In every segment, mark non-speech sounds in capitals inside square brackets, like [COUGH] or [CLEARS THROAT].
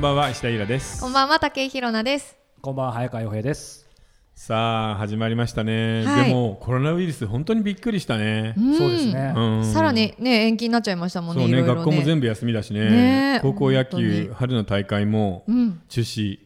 ばんは石田イラですこんばんは竹井ひろなです。こんばんは、早川洋平です。さあ始まりましたね、はいでもコロナウイルス本当にびっくりしたね、そうですね。うんさらにね延期になっちゃいましたもそうんね。ねいろいろ学校も全部休みだしねねえ高校野本当球に春の大会もうん。中止、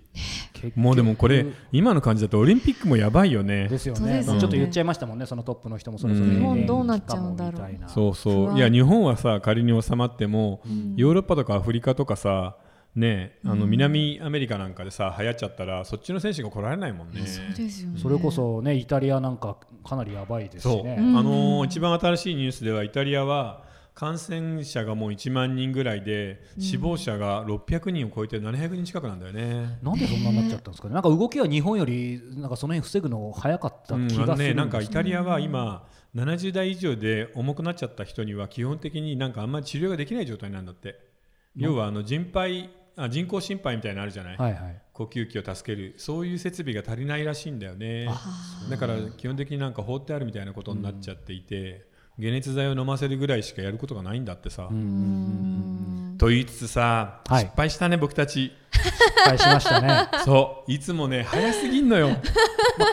結局もうでもこれ今の感じだとオリンピックもやばいよねですよそうね。ですちよねょっと言っちゃいましたもんね、そのトップの人もそろそろ。うん延期日本どうなっちゃうんだろうかもみたいなそうそう不安いや日本はさ仮に収まっても、ヨーロッパとかアフリカとかさねあの南アメリカなんかでさ流行っちゃったらそっちの選手が来られないもんねそうですよね。それこそね、イタリアなんかかなりやばいですそしう、ね。あのー一番新しいニュースではイタリアは感染者がもう1万人ぐらいで死亡者が600人を超えて700人近くなんだよね。なんでそんなになっちゃったんですかね。なんか動きは日本よりなんかその辺防ぐの早かったう気んがするあのんですね、けどなんかイタリアは今、70代以上で重くなっちゃった人には基本的になんかあんまり治療ができない状態なんだって要はあの人肺あ人工心肺みたいなのあるじゃない、はいはい。呼吸器を助けるそういう設備が足りないらしいんだよねだから基本的になんか放ってあるみたいなことになっちゃっていて、解熱剤を飲ませるぐらいしかやることがないんだってさ、と言いつつさ、はい失敗したね僕たち失敗し [LAUGHS] ましたね。まそういつもね早すぎんのよ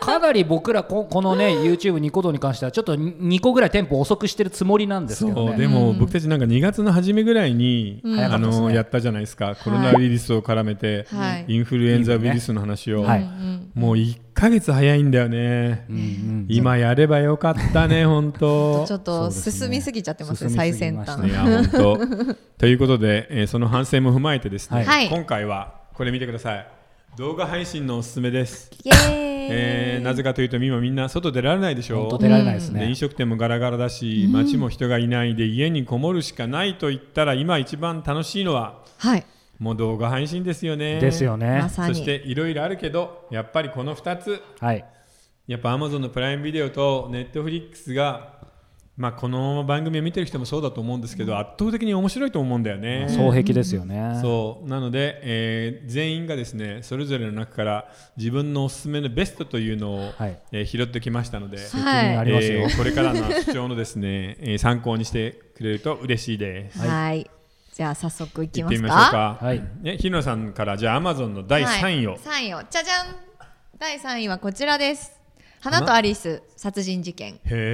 あかなり僕らここのね、YouTube ニコ動に関してはちょっと2個ぐらいテンポ遅くしてるつもりなんですけどそうね。でも僕たちなんか2月の初めぐらいに、うんあ早かったですのねやったじゃないですかコロナウイルスを絡めて、はいインフルエンザウイルスの話を、はういんうんもう1ヶ月早いんだよね、うんうん今やればよかったね本当 [LAUGHS] ちょっとそうですね進みすぎちゃってますね進み最すぎ先ました端ね。いや本当ということで、えーその反省も踏まえてですね、はい今回はこれ見てください動画配信のおすすめです、イエえーイーなぜかというと今みんな外出られないでしょ本当出られないですで飲ね。食店もガラガラだし街も人がいないで家にこもるしかないと言ったら今一番楽しいのははいもう動画配信ですよねですよねま。さそに。していろいろあるけどやっぱりこの2つはい。やっぱ Amazon のプライムビデオと Netflix が、まあ、この番組を見てる人もそうだと思うんですけど圧倒的に面白いと思うんだよね。双璧ですよね。そうなので、えー全員がですねそれぞれの中から自分のおすすめのベストというのを、はいえー拾ってきましたので、にあはりますよえーこれからの主張のですね、 [LAUGHS] えー参考にしてくれると嬉しいです。いはい。じゃあ早速いき行っまてみすましょうか。か。はいね、日野さんからじゃあ Amazon の第3位を、はい三位をじゃじゃん。第三位はこちらです。花とアリス殺人事件。へ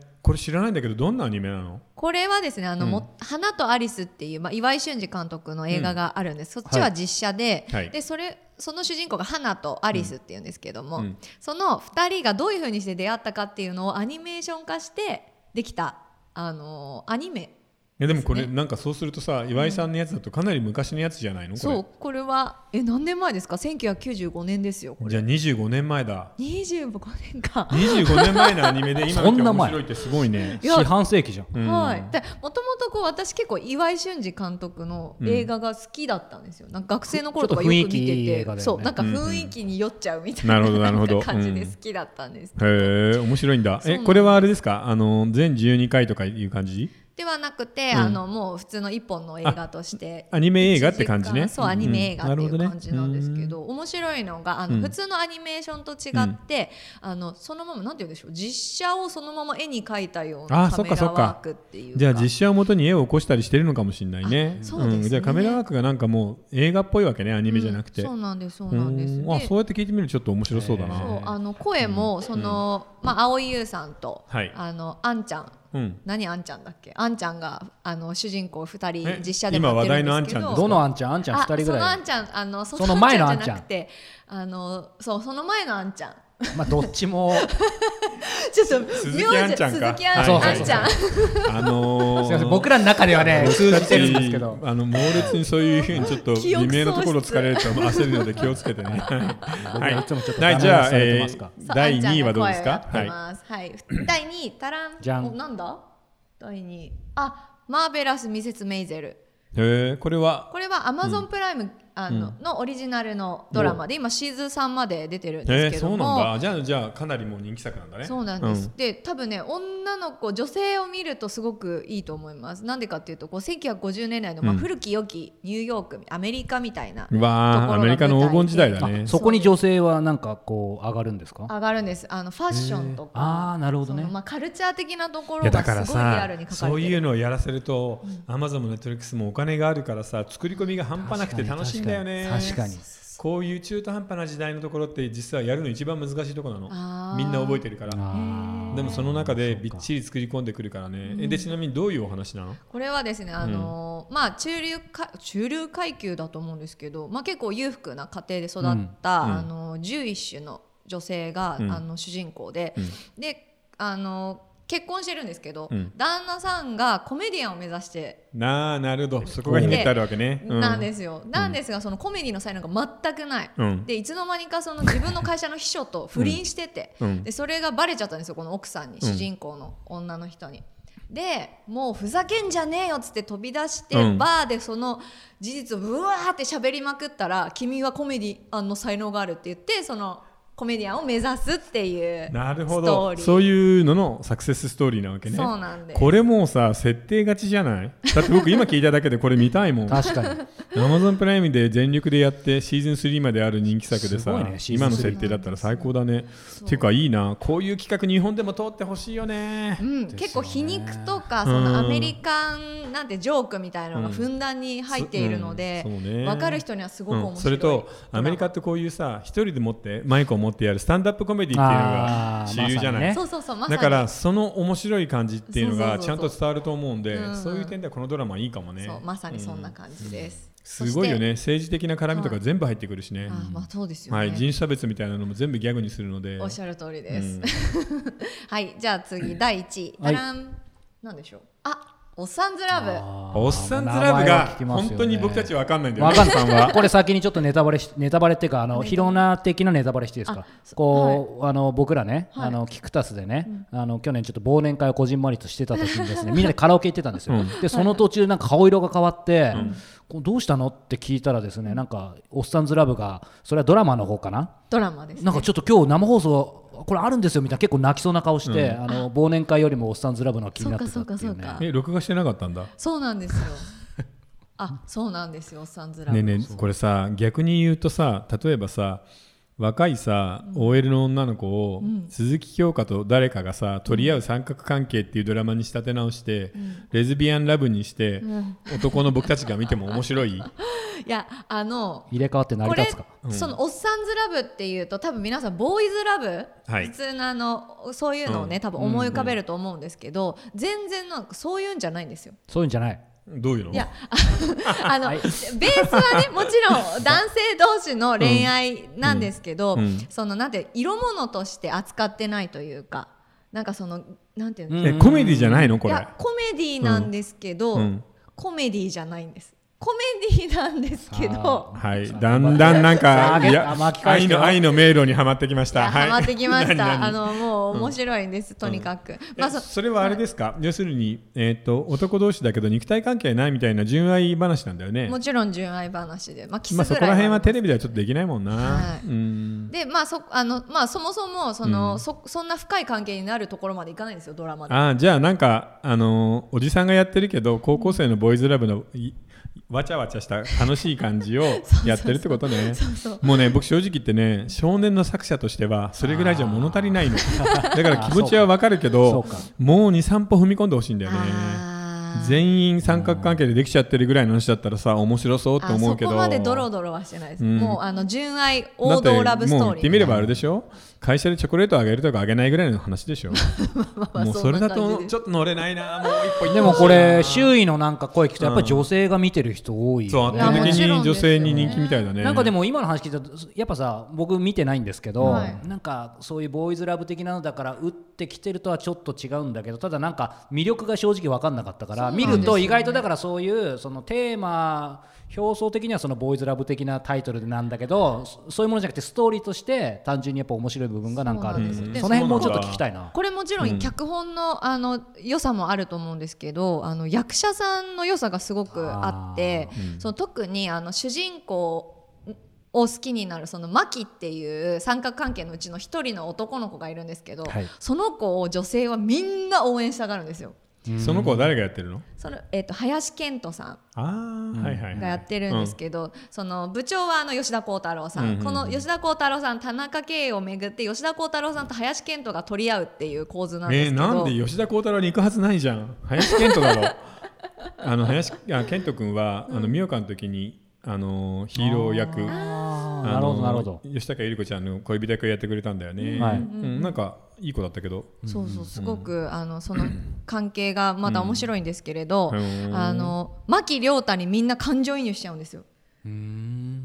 えこれ知らないんだけどどんなアニメなのこれはですねあの、も花とアリス」っていう、まあ、岩井俊二監督の映画があるんです、そっちは実写で,、はいでそれその主人公が花とアリスっていうんですけども、うんうんその2人がどういうふうにして出会ったかっていうのをアニメーション化してできた、あのーアニメいやでもこれですなんかそうするとさ岩井さんのやつだとかなり昔のやつじゃないのこれそうこれはえ何年前ですか1995年ですよこれじゃあ25年前だ25年か。 25年前のアニメ [LAUGHS] で今そのんな前面白いってすごいねいや四半世紀じゃん。うんはい、でもともとこう私結構岩井俊二監督の映画が好きだったんですよ、なんか学生の頃とかよく見てちょっと雰囲気いいて、映画だよねそうなんか雰囲気に酔っちゃうみたいなな,、るほどなるほどんか感じでうん好きだったんです、へえ面白いんだそうなんえですこれはあれですかあの全12回とかいう感じではなくて、うんあのもう普通の一本の映画としてアニメ映画って感じ一時ね間そうアニメ映画っていんなるほどうね感じなんですけど、面白いのがあの、うん普通のアニメーションと違って、あのそのままなんて言うんでしょう実写をそのまま絵に描いたようなあカそっメかラそっかワークっていうかじゃあ実写をもとに絵を起こしたりしてるのかもしれないねあそうですねんじゃあカメラワークがなんかもう映画っぽいわけねアニメじゃなくてうんそうなんですそうなんですうんあでそうやって聞いてみるとちょっと面白そうだへそうなあの声もその、まあ蒼井優さんと、はいあのあんちゃん [LAUGHS] うん何あんちゃんだっけあんちゃんがあの主人公二人え実写でもやってるんですけ今話題どのあんちゃんですかどのあんちゃんあんちゃん2人ぐあそのらあいんちゃんあのそその前のあんちゃんじゃなくてあのそうその前のあんち [LAUGHS] ゃんまあどっ [LAUGHS] ちもちょっと名字鈴木あんちゃんか鈴木あんちゃん,、はあいんちゃんあのーすいません僕らの中ではね通じてるんですけどあの猛烈にそういうふうにちょっと記微憶喪妙失なところを突かれると焦るので気をつけて [LAUGHS] ね。は僕いつもちょっとはい、じゃあ、ダメ出しされてえますかー第2位はどうですか。ははいい。はい、第2位たらんじゃんおなんだ第2位あマーベラス・ミセス・メイゼルえーこれは。これはアマゾンプライムあの,、のオリジナルのドラマで今シーズン3まで出てるんえですーけそどうなも、んだ。じゃあ、じゃあ、かなりもう人気作なんだね。そうなんです、で多分ね女の子女性を見るとすごくいいと思いますなんでかっていうとこう1950年代の、まあ、うん古き良きニューヨークアメリカみたいなうん。うわところあ、がアメリカの黄金時代だねあ。そこに女性はなんかこう上がるんですか上がるんですあのファッションとか、ああなるほどそねのまあ、カルチャー的なとこいろやだがからすごいリアさルに書かれてるそういうのをやらせると、アマゾンもネットフリックスもお金があるからさ作り込みが半端なくて楽しいんだよね確かにこういう中途半端な時代のところって実はやるの一番難しいところなあーのみんな覚えてるからあーでもその中でびっそうかちり作り込んでくるからね、うんえでちなみにどういうお話なのこれはですね、あのーまあ、中流か中流階級だと思うんですけど、まあ、結構裕福な家庭で育った、うんあのー11種の女性が、うんあの主人公で、うであのー結婚してるんですけど、うん旦那さんがコメディアンを目指してなあなるほどそこがひねってあるわけね、う、なんですすよ、なんですがそのコメディの才能が全くない、うんでいつの間にかその自分の会社の秘書と不倫してて、うんでそれがバレちゃったんですよこの奥さんにうん主人公の女の人に。でもうふざけんじゃねえよっつって飛び出して、うんバーでその事実をうわーって喋りまくったら君はコメディアンの才能があるって言ってそのコメディアンを目指すっていうなるほストーどリーそういうののサクセスストーリーなわけねそうなんですこれもうさ設定勝ちじゃないだって僕今聞いただけでこれ見たいもん確かにアマゾンプライムで全力でやってシーズン3まである人気作でさす、ごいねシーズン3今の設定だったら最高だねていうかいいなこういう企画日本でも通ってほしいよねうん、すよね結構皮肉とかそのうんアメリカンなんてジョークみたいなのがうんふんだんに入っているので、そうんそうね分かる人にはすごく面白い、うんそれとアメリカってこういうさ一人で持ってマイクを持ってやるスタンダップコメディっていうのあがー主流じゃなまさにいねそうそうそうまさだにからその面白い感じっていうのがそうちそゃうそんうそうと伝わると思うんでうんうんそういう点ではこのドラマいいかもねそうまさにそんな感じです、すごいよねそ政治的な絡みとか全部入ってくるしねしてあまあそうですよね、はい人種差別みたいなのも全部ギャグにするのでおっしゃる通りです、うん [LAUGHS] はいじゃあ次第1位はたいらん、なんでしょうあおっさんずラブあ [LAUGHS] ーおっさんずラブが名前は聞きますよね本当に僕たち [LAUGHS] わかんないんだよわね。かんさんない。は。これ先にちょっとネタバレし、ネタバレっていうか、あの、ネタヒロナ的なネタバレしていいですか。こう、あの、僕らね、はいあの、キクタスでね、あの、去年ちょっと忘年会をこじんまりとしてた時にですね、みんなでカラオケ行ってたんですよ。で、その途中、なんか顔色が変わって、こうどうしたのって聞いたらですね、なんか、おっさんずラブが、それはドラマの方かな。ドラマです、ね、なんかちょっと今日生放送これあるんですよみたいな結構泣きそうな顔して、あの忘年会よりもおっさんずラブの方が気になってたっていうそうかそうねかそうかえ録画してなかったんだ。そうなんですよあそうなんですよおっさんずラブ、ねえねえこれさ逆に言うとさ例えばさ若いさ OL の女の子を鈴木京香と誰かがさ取り合う三角関係っていうドラマに仕立て直してレズビアンラブにして男の僕たちが見ても面白い [LAUGHS] いやあの入れ替わって成りこれ立つか、そのおっさんずラブっていうと多分皆さんボーイズラブ、はい普通のあのそういうのをね、うん多分思い浮かべると思うんですけど、全然なんかそういうんじゃないんですよ。そういうんじゃないどういうのいやあの、ベースはねもちろん男性同士の恋愛なんですけど、うんうんそのなんて色物として扱ってないというかなんかそのなんていうの、うんえコメディじゃないのこいれやコメディなんですけど、うんうんコメディじゃないんですコメディなんですけど。はいだんだんなんあかげいや巻き返し愛てよの愛の迷路にはまってきましいたやハマってきまし [LAUGHS] 何た。あ何のもう面白いんです、とにかく。まあえそそれはあれですか、要するに、えー、と男同士だけど肉体関係ないみたいな純愛話なんだよねもちろん純愛話で、まあキスぐまらあ、そいはこら辺はテレビではちょっとできないもんな、はいうんでまあそあのまあそもそもその、そそんな深い関係になるところまでいかないんですよドラマで。あーじゃあなんか、あのーおじさんがやってるけど高校生のボーイズラブのいわちゃわちゃした楽しい感 [LAUGHS] じをやってるってことねそうもうね僕正直言ってね少年の作者としてはそれぐらいじゃ物足りないのだから気持ちはわかるけ [LAUGHS] そうどかもう23歩踏み込んでほしいんだよねあー全員三角関係でできちゃってるぐらいの話だったらさ面白そうってあ思うそけどこまでドロドロはしてないです。うんもうあの純愛だ王って道ラブストーリもー。う言ってみればあれでしょ会社でチョコレートあげるとかあげないぐらいの話でしょまあもうそれだんなと感じちょっと乗れないなもう一歩行ってほしいなでもこれ周囲のなんか声聞くとやっぱり女性が見てる人多いそう圧よね、いや倒も的ちろんにですよ女性に人気みたいだねなんかでも今の話聞いたとやっぱさ僕見てないんですけど、はいなんかそういうボーイズラブ的なのだから打ってきてるとはちょっと違うんだけどただなんか魅力が正直分かんなかったから、そうなんで見すよねると意外とだからそういうそのテーマ表層的にはそのボーイズラブ的なタイトルなんだけどそそういうものじゃなくてストーリーとして単純にやっぱ面白い部分がなんかあるんですそうなんよですその辺もうちょっと聞きたいな。これもちろん脚本の,、あの良さもあると思うんですけどあの役者さんの良さがすごくあってその特にあの主人公を好きになるそのマキっていう三角関係のうちの一人の男の子がいるんですけど、はいその子を女性はみんな応援したがるんですよ。その子は誰がやってるのそのえっと林遣都さんああはいはいはいがやってるんですけど、その部長はあの吉田鋼太郎さん、うんうんうんこの吉田鋼太郎さん田中圭をめぐって吉田鋼太郎さんと林遣都が取り合うっていう構図なんえでーすけど、なんで吉田鋼太郎に行くはずない [LAUGHS] じゃん林健人だろあの林あ健人君はあの美代香の時にあのヒーロー役なるほどなるほど吉高由里子ちゃんの恋人役やってくれたんだよね、はいうん、なんかいい子だったけど、そうそうすごくあのそ [CLEARS THROAT] の関係がまた面白いんですけれど、うんあの牧亮太にみんな感情移入しちゃうんですよ。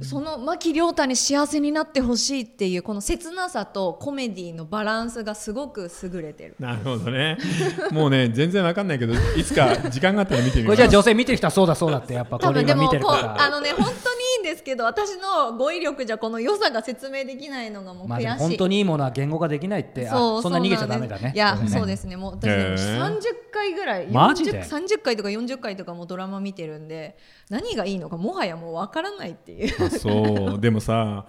その牧亮太に幸せになってほしいっていうこの切なさとコメディのバランスがすごく優れてる。なるほどねもうね全然わかんないけどいつか時間があったら見てみまこれすじゃあ女性見てる人はそうだそうだってやっぱ多これ分で今も見こてうるかあらのね本当にいいんですけど私の語彙力じゃこの良さが説明できないのがもうまあ悔でもし本い。当にいいものは言語化できないってあそうそんな逃げちゃダメだねいや、これねそうですねもう私、へね、ー30回ぐらいマジで40 30回とか40回とかもうドラマ見てるんで何がいいのかもはやもうわからないって [LAUGHS] いうあそうでもさ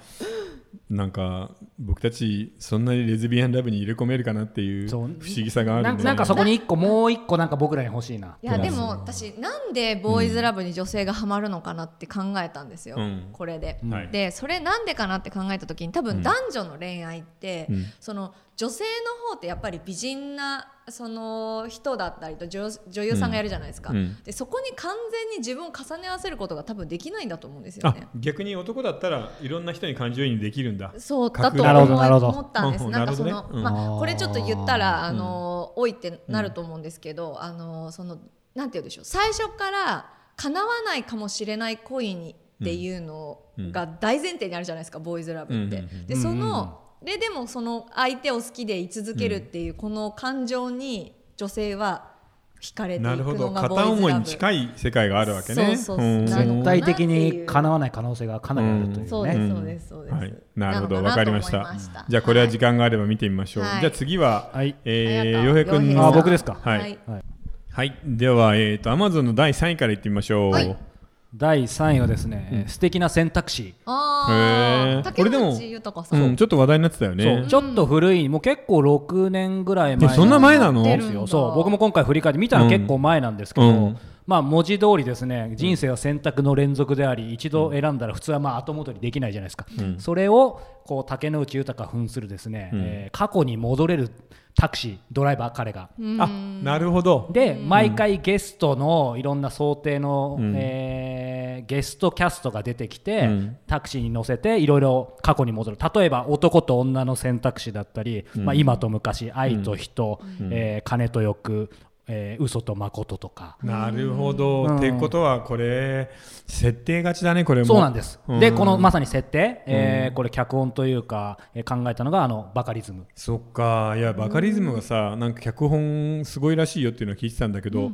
なんか僕たちそんなにレズビアンラブに入れ込めるかなっていう不そう思議さがあるなんんだよねなんかそこに一個もう一個なんか僕らに欲しいないやでも私なんでボーイズラブに女性がハマるのかなって考えたんですよ、うんこれで。はいでそれなんでかなって考えた時に多うん分男女の恋愛って、うんその女性の方ってやっぱり美人なその人だったりと女女優さんがやるじゃないですか、うんうんでそこに完全に自分を重ね合わせることが多分できないんだと思うんですよあね。逆に男だったらいろんな人に感情移入できるんだそう格だとなるほど思いなるほど思ったんです。うんなんかそなるの、ほどねうんまあこれちょっと言ったらあーあの、多いってなると思うんですけど、あのそのなんて言うでしょう。最初から叶わないかもしれない恋にっていうのが大前提にあるじゃないですか、ボーイズラブって。うんうんうんでその、ででもその相手を好きで居続けるっていうこの感情に女性は惹かれていなくるほのどがボ片ーイズ思いラにブ。近い世界があるわけねそうそうそううんなるほど絶対的に叶わない可能性がかなりあるというねそうですそうですそうです。はい、なるほのどなわとかり思いましたじゃあこれは時間があれば見てみましょう、はいじゃあ次は、はいあえりー、がとう洋平君洋平のさんあ僕ですかはい、ははいいでは、えー、と Amazon の第3位からいってみましょう、はい第3位はですね、素敵な選択肢、へあーこあ、竹れでも内豊さ。うんん、ちょっと話題になってたよそうねちょっと古いもう結構6年ぐらいで前そんな前なの出るですんよだそう僕も今回振り返って見たのは結構前なんですけど、うんまあ文字通りですね人生は選択の連続であり一度選んだら普通はまあ後戻りできないじゃないですか、それをこう竹野内豊扮するですね、えー過去に戻れるタクシードライバー彼が。あなるほどで毎回ゲストのいろんな想定の、うんえーゲストキャストが出てきて、んタクシーに乗せていろいろ過去に戻る例えば男と女の選択肢だったり、まあ、今と昔愛と人、えー金と欲、えー嘘と誠とか。なるほど、うんってことはこれ設定勝ちだねこれもそうなんです、うんでこのまさに設定、えーこれ脚本というか、えー考えたのがあのバカリズムそっかいやバカリズムがさなんか脚本すごいらしいよっていうのは聞いてたんだけど、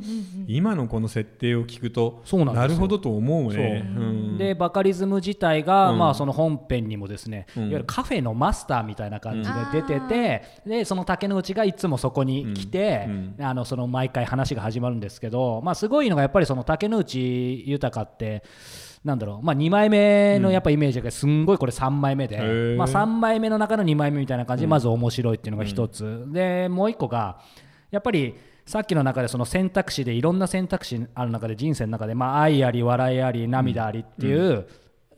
今のこの設定を聞くとそうなんですよるほどと思うねそううんでバカリズム自体が、うんまあ、その本編にもですね、うんいわゆるカフェのマスターみたいな感じで出てうんて、でその竹之内がいつもそこに来て、うんあのその毎回話が始まるんですけど、まあ、すごいのがやっぱりその竹之内豊って。なんだろうまあ、2枚目のやっぱイメージがすんごいこれ3枚目で、へえまあ、3枚目の中の2枚目みたいな感じでまず面白いっていうのが1つ、でもう1個がやっぱりさっきの中でその選択肢でいろんな選択肢ある中で人生の中でまあ愛あり笑いあり涙ありっていう、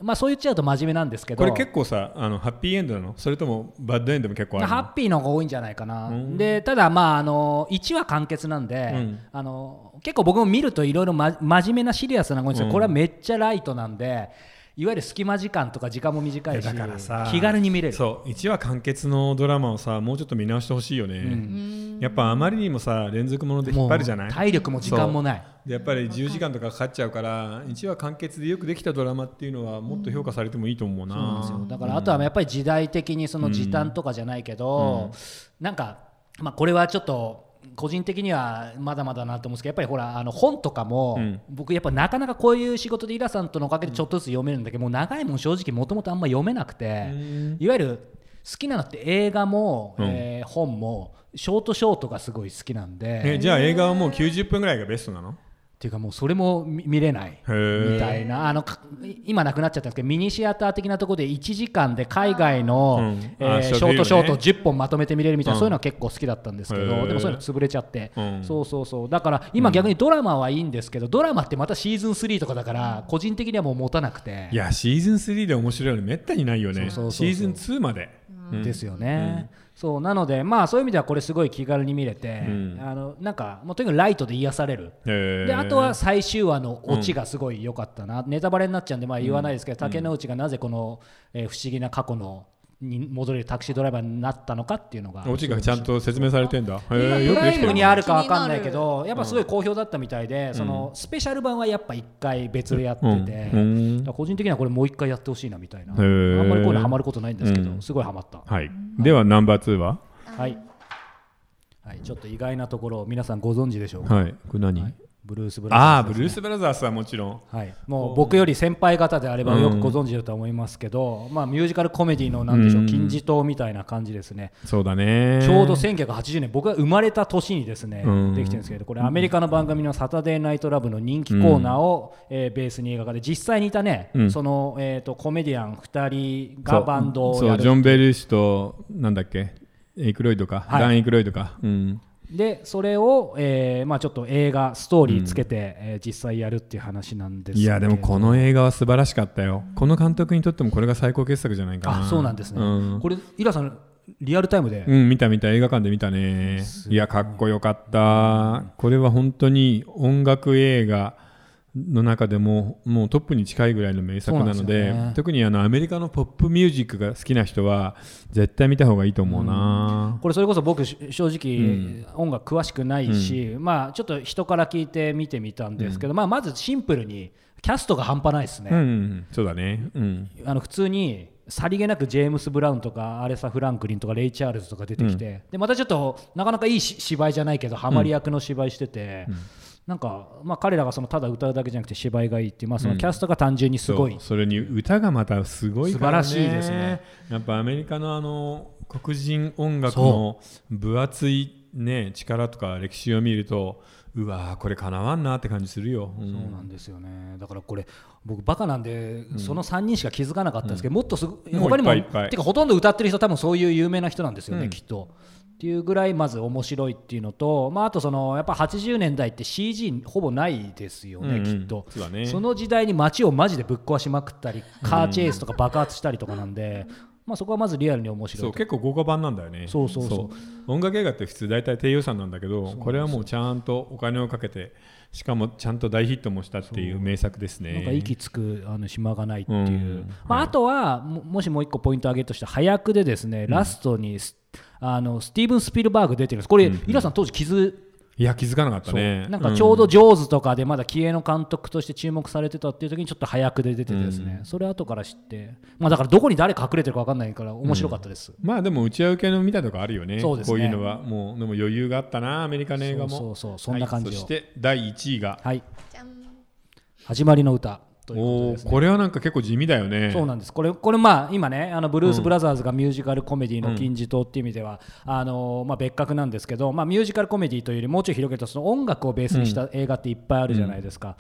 まあそう言っちゃうと真面目なんですけどこれ結構さあのハッピーエンドなのそれともバッドエンドも結構あるのハッピーの方が多いんじゃないかな、でただまああの1話完結なんで、うんあの結構僕も見るといろいろま真面目なシリアスなことですけど、うんこれはめっちゃライトなんでいわゆる隙間時間とか時間も短いやいしだからさ気軽に見れるそう1話完結のドラマをさもうちょっと見直してほしいよね、やっぱあまりにもさ連続もので引っ張るじゃなもいう体力も時間もないでやっぱり10時間とかかかっちゃうから1話完結でよくできたドラマっていうのはもっと評価されてもいいと思うな、そうなんですよだからあとはやっぱり時代的にその時短とかじゃないけど、なんか、まあ、これはちょっと個人的にはまだまだなと思うんですけどやっぱりほらあの本とかも、うん僕やっぱなかなかこういう仕事でイラさんとのおかげでちょっとずつ読めるんだけど、もう長いもん正直もともとあんま読めなくて、いわゆる好きなのって映画も、うんえー本もショートショートがすごい好きなんで、えっじゃあ映画はもう90分ぐらいがベストなのていうかもうそれも見見れない。へーみたいなあのか今なくなっちゃったんですけどミニシアター的なところで1時間で海外の、うんあえーシショーョトートショートビ10本まとめて見れるみたいな、うんそういうのは結構好きだったんですけへーどでもそういうの潰れちゃって、うんそうそうそうだから今逆にドラマはいいんですけど、ドラマってまたシーズン3とかだから個人的にはもう持たなくていやシーズン3で面白いのめったにないよねそうそうそうそうシーズン2まで、うんですよね、そうなのでまあそういう意味ではこれすごい気軽に見れて、うんあのなんかもうとにかくライトで癒される、へーであとは最終話のオチがすごい良かったな、ネタバレになっちゃうんでまあ言わないですけど、竹之内がなぜこの、えー不思議な過去のに戻れるタクシードライバーになったのかっていうのがオチがちゃんと説明されてんだ。へ今ープライムにある。るかわかんないけどやっぱすごい好評だったみたいで、そのスペシャル版はやっぱ一回別でやってて、うんだから個人的にはこれもう一回やってほしいなみたいな、ーあんまりこういうのハマることないんですけど、うんすごいハマった、はい。ではナンバー2ははいはい、ちょっと意外なところを皆さんご存知でしょうか、はい。これ何、ブルース・ブラザああ、ーズでブすルース・ブラザーズはもちろん。はい、もう僕より先輩方であればよくご存知だと思いますけど、まあ、ミュージカルコメディのなんでしょう、うん金字塔みたいな感じですね、そうだね。ちょうど1980年僕が生まれた年にですね、うんできてるんですけどこれアメリカの番組の「サタデーナイトラブ」の人気コーナーを、えーベースに映画化で実際にいたね、うんその、えー、とコメディアン2人そがうバンドをそやう、ジョるン・ベルーシュと、なんだっけ、エイクロイドか、はいダン・エイクロイドか。うん。でそれを、えーまあ、ちょっと映画ストーリーつけて、えー実際やるっていう話なんですいけどや、でもこの映画は素晴らしかったよ。この監督にとってもこれが最高傑作じゃないかな。あそうなんですね、うんこれイラさんリアルタイムで、うん、見た見た映画館で見たねいやかっこよかったこれは本当に音楽映画の中でももうトップに近いぐらいの名作なのそうなんでですよね特にあのアメリカのポップミュージックが好きな人は絶対見た方がいいと思うな、これそれこそ僕し正直音楽詳しくないし、まあちょっと人から聞いて見てみたんですけど、まあまずシンプルにキャストが半端ないですうんね、うんそうだねうんあの普通にさりげなくジェームス・ブラウンとかアレサ・フランクリンとかレイ・チャールズとか出てきて、でまたちょっとなかなかいいし芝居じゃないけどハマり役の芝居してて、なんか、まあ、彼らがそのただ歌うだけじゃなくて芝居がいいっていう、まあ、そのキャストが単純にすごい、そうそれに歌がまたすごいから、ね、素晴らしいですねやっぱアメリカのあの黒人音楽の分厚い、ね、力とか歴史を見るとうわーこれかなわんなって感じするよ、うんそうなんですよねだからこれ僕バカなんで、その3人しか気づかなかったんですけど、もっとすごいもう他にもいっぱいいっぱいてかほとんど歌ってる人多分そういう有名な人なんですよね、きっと。っていうぐらいまず面白いっていうのと、まあ、あとそのやっぱ80年代って CG ほぼないですよね、うんうんきっとそうだねの時代に街をマジでぶっ壊しまくったりカーチェイスとか爆発したりとかなんで、まあ、そこはまずリアルに面そ白いうと結構豪華版なんだよねそうそうそう音楽映画って普通大体低予算なんだけどこれはもうちゃんとお金をかけてしかもちゃんと大ヒットもしたっていう名作ですねなんか息つくあの島がないっていう、うんまあ、あとはももしもう一個ポイント挙げるとして早くでですね、ラストにスあのスティーブン・スピルバーグ出てるんですこれ、イラさん当時気づいや気づかなかったねなんかちょうど「ジョーズ」とかでまだ気鋭の監督として注目されてたっていう時にちょっと早くで出ててですね、それ後から知って、まあ、だからどこに誰隠れてるか分かんないから面白かったです、まあでも打ち合い受けの見たとこあるよねそうですねこういうのはもうでも余裕があったなアメリカの映画もそうそうそうそんな感じをはいそして第1位が、はいじゃん始まりの歌ということでおおーこれはなんか結構地味だよねそうなんですこれこれまあ今ねあのブルース・ブラザーズがミュージカルコメディの金字塔っていう意味では、あのまあ、別格なんですけど、まあ、ミュージカルコメディというよりもうちょい広げるとその音楽をベースにした映画っていっぱいあるじゃないですか。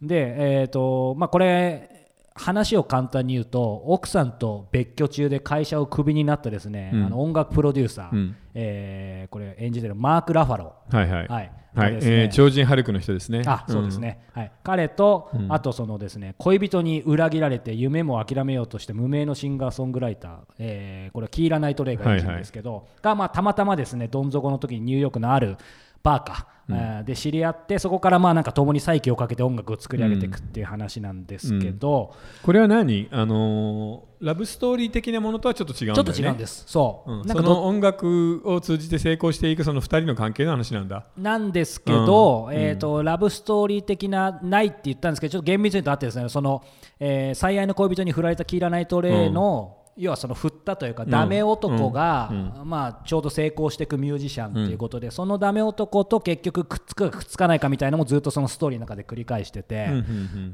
で、えーとまあ、これ話を簡単に言うと奥さんと別居中で会社をクビになったですね、あの音楽プロデューサー、うんえーこれ演じてるマーク・ラファロはいはいはいはいそうですねえー超人ハルクの人ですねあそうですんね、はい、彼と、あとそのですね恋人に裏切られて夢も諦めようとして無名のシンガーソングライター、えーこれはキーラ・ナイト・レイが演じるんですけど、がまあ、たまたまですねどん底の時にニューヨークのあるバーか、えーで知り合ってそこからまあなんか共に再起をかけて音楽を作り上げていくっていう話なんですけど、これは何あのーラブストーリー的なものとはちょっと違うんだちよょっねと違うんです、そう、うんなんそかどの音楽を通じて成功していくその2人の関係の話なんだなんですけど、えーとラブストーリー的なないって言ったんですけどちょっと厳密に言うとあってですねその、えー最愛の恋人に振られたキーラ・ナイト・レイの、要はその振ったというか、ダメ男が、まあ、ちょうど成功していくミュージシャンということで、そのダメ男と結局くっつくかくっつかないかみたいなのもずっとそのストーリーの中で繰り返してて、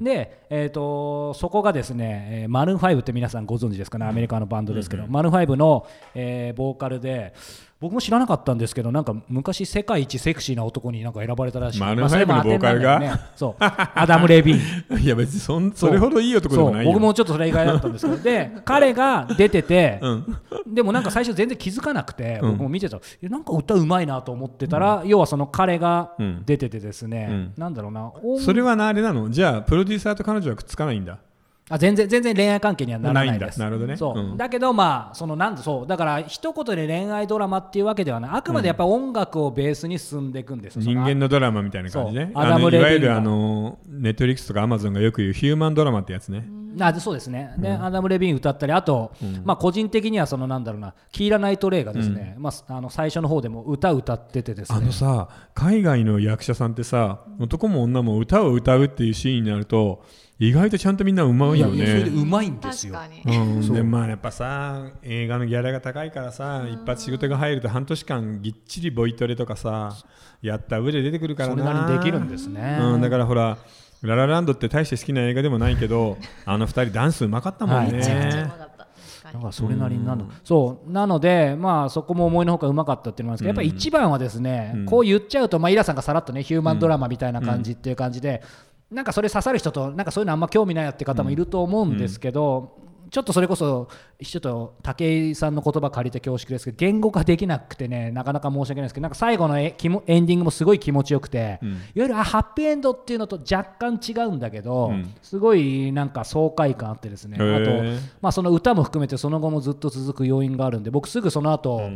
で、えー、とそこがですね、えーマルーン5って皆さんご存知ですかねアメリカのバンドですけど、マルーン5の、えーボーカルで僕も知らなかったんですけどなんか昔世界一セクシーな男になんか選ばれたらしいマルーンまあそれも5のボーカルが当てになるよね [LAUGHS] そうアダム・レビンいや別にそんそれほどいい男でもないよそう僕もちょっとそれ以外だったんですけ [LAUGHS] どで彼が出てて、んでもなんか最初全然気づかなくて、僕も見てたらいやなんか歌うまいなと思ってたら、要はその彼が出ててですね、うんなんだろうな音それはなあれなのじゃあプロデューサーと彼女はくっつかないんだあ全然全然恋愛関係にはならないです。ないんだなるほどねそう、うんだけどまあそのなんだそうだから一言で恋愛ドラマっていうわけではない。あくまでやっぱ音楽をベースに進んでいくんですよ。そ人の間のドラマみたいな感じねそうあアダのムいレわゆビるンがあのネットリックスとかアマゾンがよく言うヒューマンドラマってやつね、あでそうですね、ねアダム・レビン歌ったり、あと、まあ、個人的にはそのなんだろうな、キーラ・ナイト・レイがですね、まあ、あの最初の方でも歌歌っててですあねの、さ海外の役者さんってさ男も女も歌を歌うっていうシーンになると意外とちゃんとみんなうまいよいやそれでね。うまいんです確よ。かに、うん、でまあやっぱさ映画のギャラが高いからさ一発仕事が入ると半年間ぎっちりボイトレとかさやった上で出てくるからそなれなりにできるんですね。うん、だからほら「ララランド」って大して好きな映画でもないけどあの二人ダンスうまかったもんはいめちゃくちゃうまね。かった確だかかにらそれなりになるのそうなので、まあ、そこも思いのほかうまかったっていうのもあるんですけど、やっぱり一番はですね、んこう言っちゃうと、まあ、イラさんがさらっとねヒューマンドラマみたいな感じっていう感じで、なんかそれ刺さる人となんかそういうのあんま興味ないやって方もいると思うんですけど、ちょっとそれこそちょっと武井さんの言葉借りて恐縮ですけど言語化できなくてねなかなか申し訳ないですけどなんか最後のえきもエンディングもすごい気持ちよくて、いわゆるあハッピーエンドっていうのと若干違うんだけど、んすごいなんか爽快感あってですねへあーとまあ、その歌も含めてその後もずっと続く要因があるんで僕すぐその後、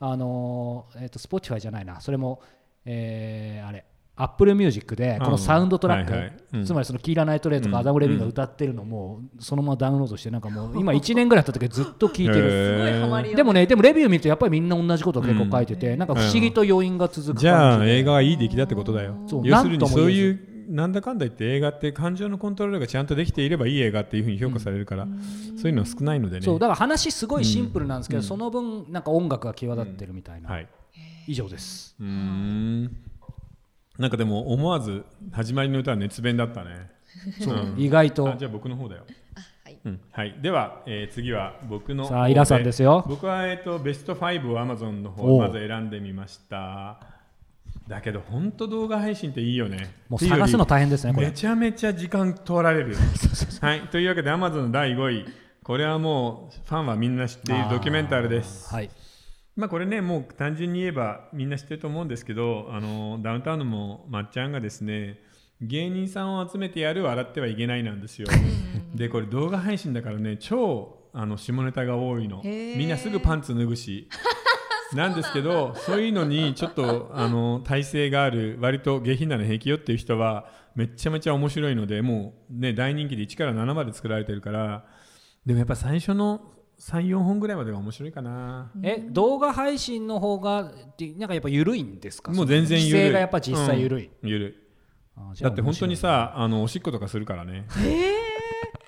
あのーえっと Spotify じゃないなそれも、えーあれ Apple Music でこのサウンドトラック、うんはいはいうんつまりそのキーラ・ナイトレイとかアダム・レビンが歌ってるのもそのままダウンロードしてなんかもう今1年ぐらい経った時ずっと聴いてる。すごいハマりよねでもね、でもレビュー見るとやっぱりみんな同じことを結構書いてて、なんか不思議と余韻が続く感じじでゃあ映画はいい出来だってことだよそ。う要するなんとにもそう言いえうなんだかんだ言って映画って感情のコントロールがちゃんとできていればいい映画っていうふうに評価されるから、そういうのは少ないのでね。そうだから話すごいシンプルなんですけど、その分なんか音楽が際立ってるみたいな、はい、以上です。うーんなんかでも思わず始まりの歌は熱弁だったね。うん意外とあじゃあ僕の方だよ。はいうんはい、では、えー次は僕のさあイラさんですよ僕は、えー、とベスト5を Amazon の方おうをまず選んでみましただけど本当動画配信っていいよねもう探すの大変ですねっていうよりこれめちゃめちゃ時間取られるはいというわけで Amazon の第5位これはもうファンはみんな知っているドキュメンタルですはいまあこれねもう単純に言えばみんな知ってると思うんですけどあのダウンタウンのもまっちゃんがですね芸人さんを集めてやる笑ってはいけないなんですよでこれ動画配信だからね超あの下ネタが多いのへーみんなすぐパンツ脱ぐ [LAUGHS] しなんですけどそういうのにちょっとあの体勢がある割と下品なの平気よっていう人はめちゃめちゃ面白いのでもうね大人気で1から7まで作られてるからでもやっぱ最初の34本ぐらいまでが面白いかな。え動画配信の方がってなんかやっぱ緩いんですかもう全然そ緩のい規制がやっぱ実際緩い、うん緩いあじゃだあって本当にさあのおしっことかするからね、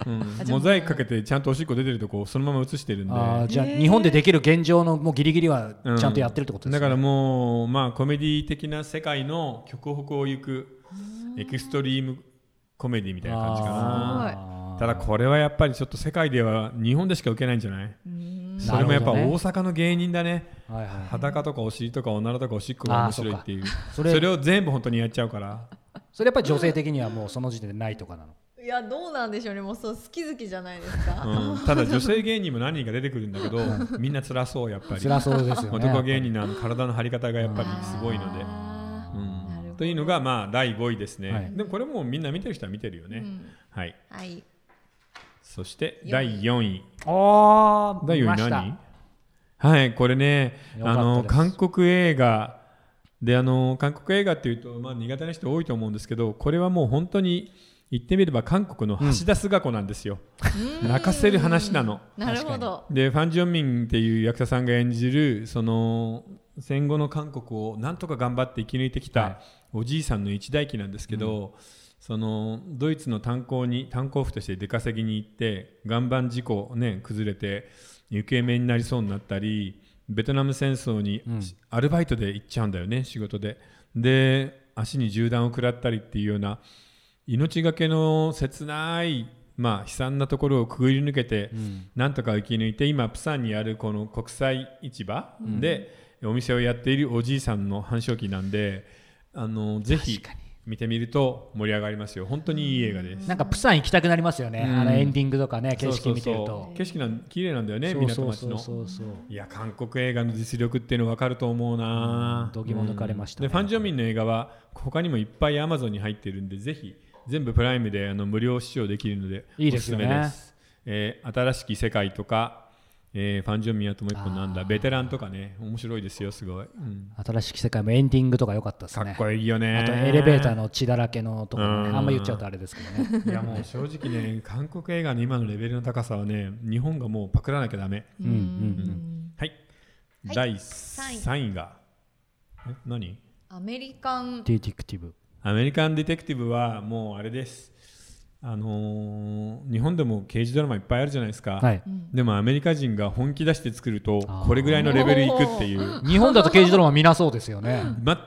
うんじゃあモザイクかけてちゃんとおしっこ出てるとこをそのまま映してるんであーじゃあ日本でできる現状のもうギリギリはちゃんとやってるってことですだね、からもうまあコメディ的な世界の極北を行くエクストリームコメディみたいな感じかなあーただこれはやっぱりちょっと世界では日本でしか受けないんじゃないそれもやっぱなるほどね大阪の芸人だねはいはい裸とかお尻とかおならとかおしっこが面白いっていうかそそれれを全部本当にやっちゃうからそれやっぱり女性的にはもうその時点でないとかなのいやどうなんでしょうねもうそう好き好きじゃないですか、うんただ女性芸人も何人か出てくるんだけどみんな辛そうやっぱり辛そうですよね [LAUGHS] 男芸人のあの体の張り方がやっぱりすごいので。あうーんなるほどというのがまあ第5位ですね、はいでもこれもうみんな見てる人は見てるよね、んはいはいそして四位第4位ああ第4位何はいこれねよかあったですの韓国映画であの韓国映画っていうと、まあ、苦手な人多いと思うんですけどこれはもう本当に言ってみれば韓国の橋田壽賀子なんですよ、泣かせる話なのなるほどでファン・ジョンミンっていう役者さんが演じるその戦後の韓国をなんとか頑張って生き抜いてきはたおじいさんの一代記なんですけど、そのドイツの炭鉱に炭鉱夫として出稼ぎに行って岩盤事故、ね、崩れて行方不明になりそうになったりベトナム戦争にアルバイトで行っちゃうんだよね、仕事で。で足に銃弾を食らったりっていうような命がけの切ない、まあ、悲惨なところをくぐり抜けて、なんとか生き抜いて今プサンにあるこの国際市場でお店をやっているおじいさんの繁盛期なんであのぜひ見てみると盛り上がりますよ本当にいい映画です。なんかプサン行きたくなりますよね、あのエンディングとかね景色見てるそうそうそとう景色なん綺麗なんだよねそ港う町そうのそうそういや韓国映画の実力っていうの分かると思うな度肝抜かれましたねでファン・ジョンミンの映画は他にもいっぱい Amazon に入ってるんでぜひ全部プライムであの無料視聴できるのでいいですよねおすすめです、えー新しき世界とか、えーファンジョンミアともう一個なんだベテランとかね面白いですよすごい、うん新しき世界もエンディングとか良かったですかねっこいいよねあとエレベーターの血だらけのところねうんあんま言っちゃうとあれですけど [LAUGHS] ねいやもう正直 [LAUGHS] ね韓国映画の今のレベルの高さはね日本がもうパクらなきゃダメうんうんはい、はい第位3位がえ何アメリカンディティクティブアメリカンディテクティブはもうあれですあのー日本でも刑事ドラマいっぱいあるじゃないですか、はいでもアメリカ人が本気出して作るとあーこれぐらいのレベルいくっていう日本だと刑事ドラマ見なそうですよね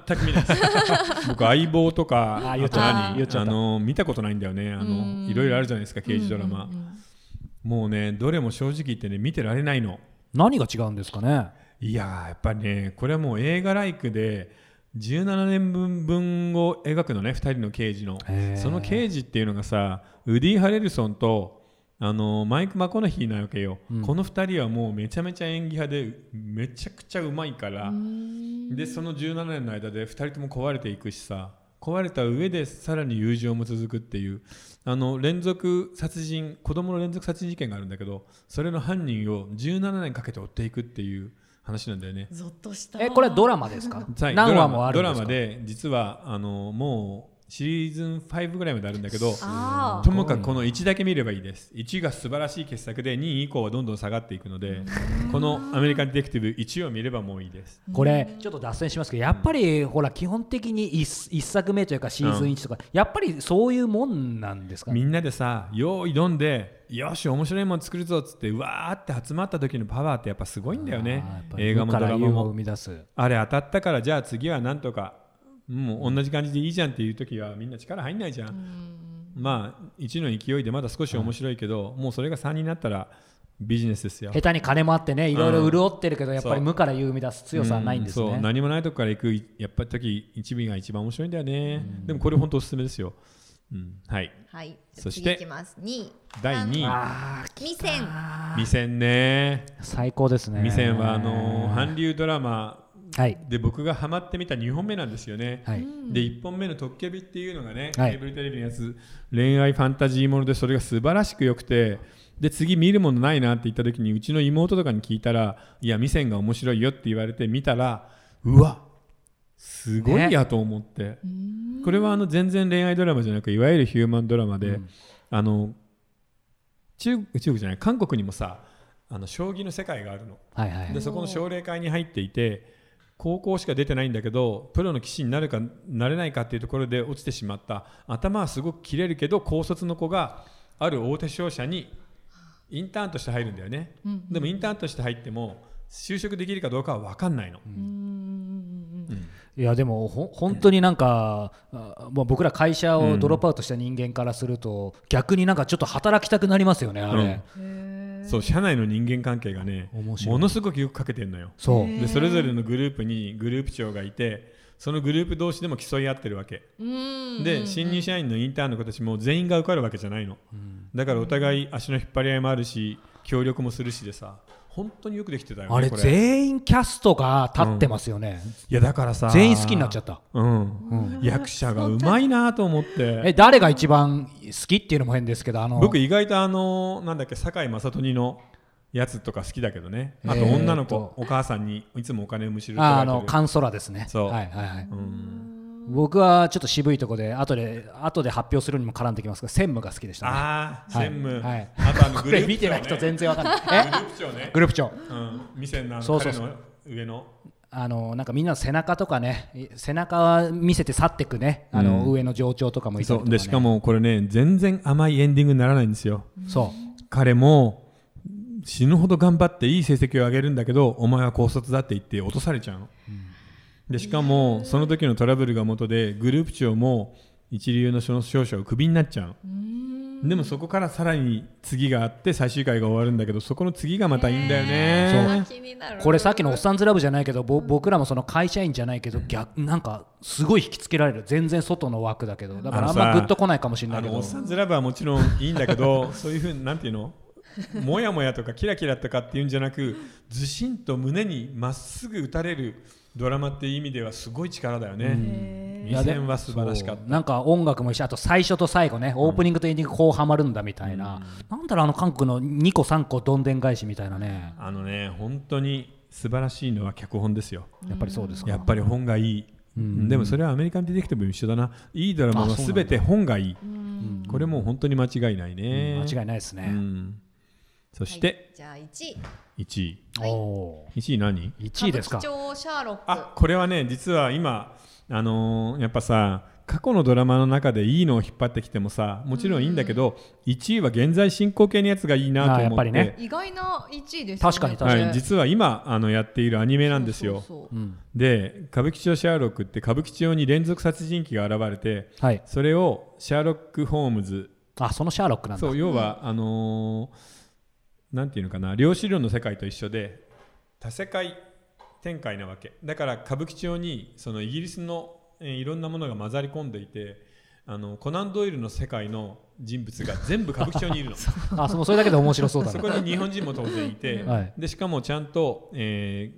全く見 [LAUGHS] ないです僕相棒とかあー言っちゃったあと言っち何あゃったのー見たことないんだよねあうんのいろいろあるじゃないですか刑事ドラマ、うんうんうんもうねどれも正直言ってね見てられないの何が違うんですかねいやーやっぱりねこれはもう映画ライクで17年分分を描くのね2人の刑事のへーその刑事っていうのがさウディ・ハレルソンとあのマイク・マコノヒーなわけよ、うんこの2人はもうめちゃめちゃ演技派でめちゃくちゃうまいから、うんでその17年の間で2人とも壊れていくしさ壊れた上でさらに友情も続くっていうあの連続殺人子供の連続殺人事件があるんだけどそれの犯人を17年かけて追っていくっていう話なんだよね。ゾッとしたえこれはドラマです [LAUGHS] かはい何話もあるんドでラすマドラマかで実はあのもうシリーズン5ぐらいまであるんだけどあーともかくこの1だけ見ればいいです1が素晴らしい傑作で2位以降はどんどん下がっていくのでこの「アメリカン・ディテクティブ」1を見ればもういいです。これちょっと脱線しますけどやっぱりほら基本的に一一作目というかシーズン1とかやっぱりそういうもんなんですかねみんなでさよーいどんでよし面白いもの作るぞっつってうわーって集まった時のパワーってやっぱすごいんだよねあーやっぱり映画もドラマ無から有を生もみ出すあれ当たったからじゃあ次はなんとかもう同じ感じでいいじゃんっていう時はみんな力入んないじゃん、まあ1の勢いでまだ少し面白いけど、もうそれが3になったらビジネスですよ下手に金もあってねいろいろ潤ってるけどやっぱり無から有を生み出す強さはないんでうすそうね何もないとこから行くやっぱり時1尾が一番面白いんだよね、でもこれ本当おすすめですよ、うん、はい [LAUGHS] はいそして次いきます2位第2位あー2戦未戦ね最高ですねミセンはあのー韓流ドラマはいで僕がハマってみた2本目なんですよね。はいで1本目の「トッケビ」っていうのがね、はいケーブルテレビのやつ恋愛ファンタジーものでそれが素晴らしく良くてで次見るものないなって言った時にうちの妹とかに聞いたら「いやミセンが面白いよ」って言われて見たらうわすごいやと思って、これはあの全然恋愛ドラマじゃなくいわゆるヒューマンドラマで、あの中中国じゃない韓国にもさあの将棋の世界があるの。はいはいでそこの奨励会に入っていて高校しか出てないんだけどプロの棋士になるかなれないかっていうところで落ちてしまった頭はすごく切れるけど高卒の子がある大手商社にインターンとして入るんだよね、でもインターンとして入っても就職できるかどうかは分かんないの、いやでもほ本当になんか、あまあ、僕ら会社をドロップアウトした人間からすると、逆になんかちょっと働きたくなりますよねあれ、うんそう社内の人間関係がね面も白いのすごくよくかけてるのよそう、でそれぞれのグループにグループ長がいてそのグループ同士でも競い合ってるわけ、うんで新入社員のインターンの子たちも全員が受かるわけじゃないの、だからお互い足の引っ張り合いもあるし協力もするしでさ本当によくできてたよねあれこれ全員キャストが立ってますよね、いやだからさ全員好きになっちゃったうん、役者がうまいなと思ってえ誰が一番好きっていうのも変ですけどあの僕意外とあのなんだっけ堺雅人のやつとか好きだけどねあと女のえ子、お母さんにいつもお金をむしろ取あらあれのてるカンソラですねそうはいはいはいうん僕はちょっと渋いとこで後で後で発表するにも絡んできますが専務が好きでしたねああはい専務、はいあとあのこグループ長、れね、見てない人全然わかんないグループ長ねえグループ長うん店のあのそうそう彼そうの上のあのなんかみんなの背中とかねい背中は見せて去ってくねあの、上の上長とかもいたそりとうか、ね、でしかもこれね全然甘いエンディングにならないんですよそう彼も死ぬほど頑張っていい成績を上げるんだけどお前は高卒だって言って落とされちゃうの、でしかもその時のトラブルが元でグループ長も一流のその商社をクビになっちゃうでもそこからさらに次があって最終回が終わるんだけどそこの次がまたいいんだよね、気になるこれさっきの「おっさんずラブ」じゃないけどぼ僕らもその会社員じゃないけど逆なんかすごい引きつけられる全然外の枠だけどだからああんまのグさッとこないかもしれなあいけのおどっさんずラブはもちろんいいんだけ [LAUGHS] どそういうふうになんていうのもやもやとかキラキラとかっていうんじゃなくずしんと胸にまっすぐ打たれるドラマっていう意味ではすごい力だよね、いやは素晴らしかったなんか音楽もいいしあと最初と最後ねオープニングとエンディングこうハマるんだみたいな、うん、なんだろうあの韓国の2個3個どんでん返しみたいなねあのね本当に素晴らしいのは脚本ですよやっぱりそうですやっぱり本がいいうん、でもそれはアメリカンディテクティブも一緒だないいドラマは全て本がいいこれも本当に間違いないね、うん、間違いないですね、うん、そして、はい、じゃあ1位1位、はい、1位何 ?1 位ですかあこれはね実は今あのー、やっぱさ過去のドラマの中でいいのを引っ張ってきてもさもちろんいいんだけど、うん、1位は現在進行形のやつがいいなと思って、ね、、意外な1位です、ね、確かに確かに、はい実は今あのやっているアニメなんですよで歌舞伎町シャーロックって歌舞伎町に連続殺人鬼が現れて、はい、それをシャーロック・ホームズあそのシャーロックなんそう要は、うん、あのー、なんていうのかな量子論の世界と一緒で多世界展開なわけだから歌舞伎町にそのイギリスのいろんなものが混ざり込んでいてあのコナン・ドイルの世界の人物が全部歌舞伎町にい [LAUGHS] るのあそのそれだけで面白そう [LAUGHS] だそこに日本人も当然いて、はい、でしかもちゃんと、え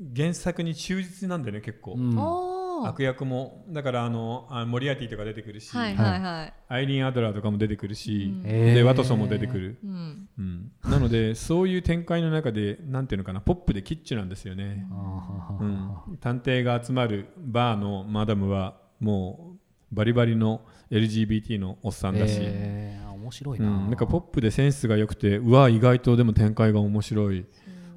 ー、原作に忠実なんだよね結構、うん、悪役もだからあのあモリアティとか出てくるし、はいはいはい、アイリーン・アドラーとかも出てくるし、うん、でワトソンも出てくる、うん、うん、なのでそういう展開の中でなんていうのかなポップでキッチュなんですよね、うん、探偵が集まるバーのマダムはもうバリバリの LGBT のおっさんだし、えー、面白いな,、なんかポップでセンスが良くてうわ意外とでも展開が面白い、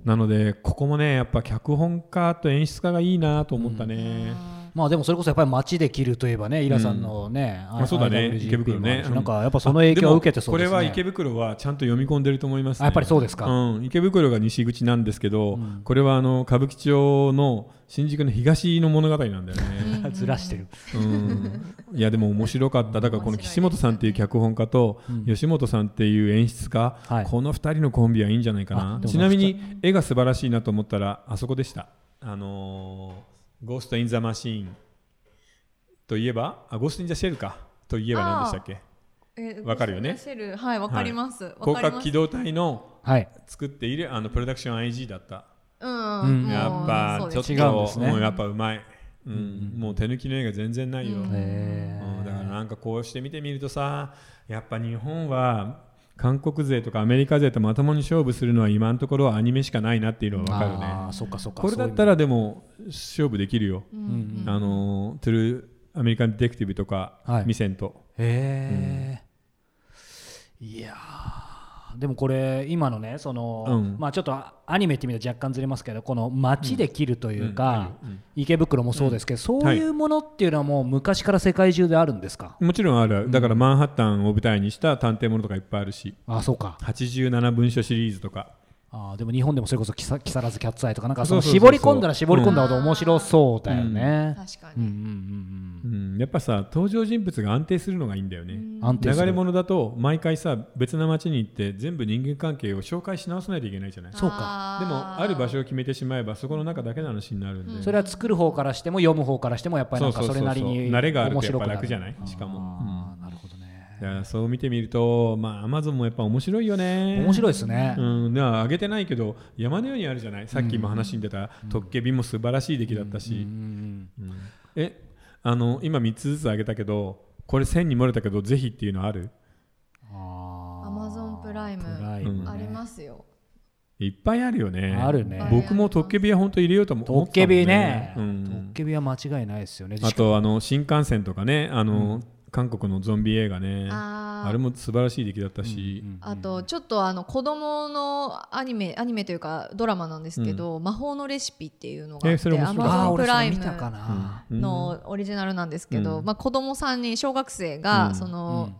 なのでここもねやっぱ脚本家と演出家がいいなと思ったね。まあでもそれこそやっぱり街で切るといえばね、イラさんのね、うん、そうだね、池袋ね、なんかやっぱその影響を受けてこれは池袋はちゃんと読み込んでると思います、やっぱりそうですか。うん、池袋が西口なんですけど、これはあの歌舞伎町の新宿の東の物語なんだよね。ずらしてる。うん、いやでも面白かった。だからこの岸本さんっていう脚本家と吉本さんっていう演出家、この二人のコンビはいいんじゃないかな。ちなみに絵が素晴らしいなと思ったらあそこでした。あのゴースト・イン・ザ・マシーンといえば、あゴースト・イン・ザ・シェルかといえば何でしたっけ [LAUGHS] わ、えー、かるよね。はい、わかります。広角機動隊の作っているあのプロダクション IG だった。うん、やっぱちょっと、ね、もうやっぱうまい。うん、もう手抜きの絵が全然ないよ、うん。だからなんかこうして見てみるとさ、やっぱ日本は韓国勢とかアメリカ勢とまともに勝負するのは今のところアニメしかないなっていうのは分かるねあそかそかこれだったらでも勝負できるよ、うんうん、あのトゥルーアメリカンディテクティブとか、はい、ミセントへえ、うん、いやでもこれ今のねその、うん、まあちょっとアニメって意味で若干ずれますけどこの街で切るというか、池袋もそうですけど、そういうものっていうのはもう昔から世界中であるんですか、もちろんあるだからマンハッタンを舞台にした探偵ものとかいっぱいあるしあそうか87文書シリーズとかあでも日本でもそれこそ木更津キャッツアイとかなんかその絞り込んだら絞り込んだほど面白そうだよね、確かに、うんやっぱさ登場人物が安定するのがいいんだよね、流れ物だと毎回さ別な街に行って全部人間関係を紹介し直さないといけないじゃないそうかでもある場所を決めてしまえばそこの中だけの話になるんで、それは作る方からしても読む方からしてもやっぱりなんかそれなりに慣れがあるとやっぱ楽じゃないしかも、なるほどねそう見てみると、まあ、アマゾンもやっぱ面白いよね。面白いですね。うん、では上げてないけど、山のようにあるじゃない。さっきも話に出た、特権美も素晴らしい出来だったし。え、あの、今3つずつ上げたけど、これ1000に漏れたけど、ぜひっていうのあるアマゾンプライム、ありますよ。いっぱいあるよね。あるね。僕もトッケビは本当入れようと思ってトッケビね。トッケビは間違いないですよね。あと、あの、新幹線とかね、あの、韓国のゾンビ映画ねあれも素晴らしい出来だったし、あとちょっとあの子供のアニメアニメというかドラマなんですけど、うん、魔法のレシピっていうのがあって、えー、アマゾンプライムのオリジナルなんですけど、うん、まあ、子供さんに小学生が、その、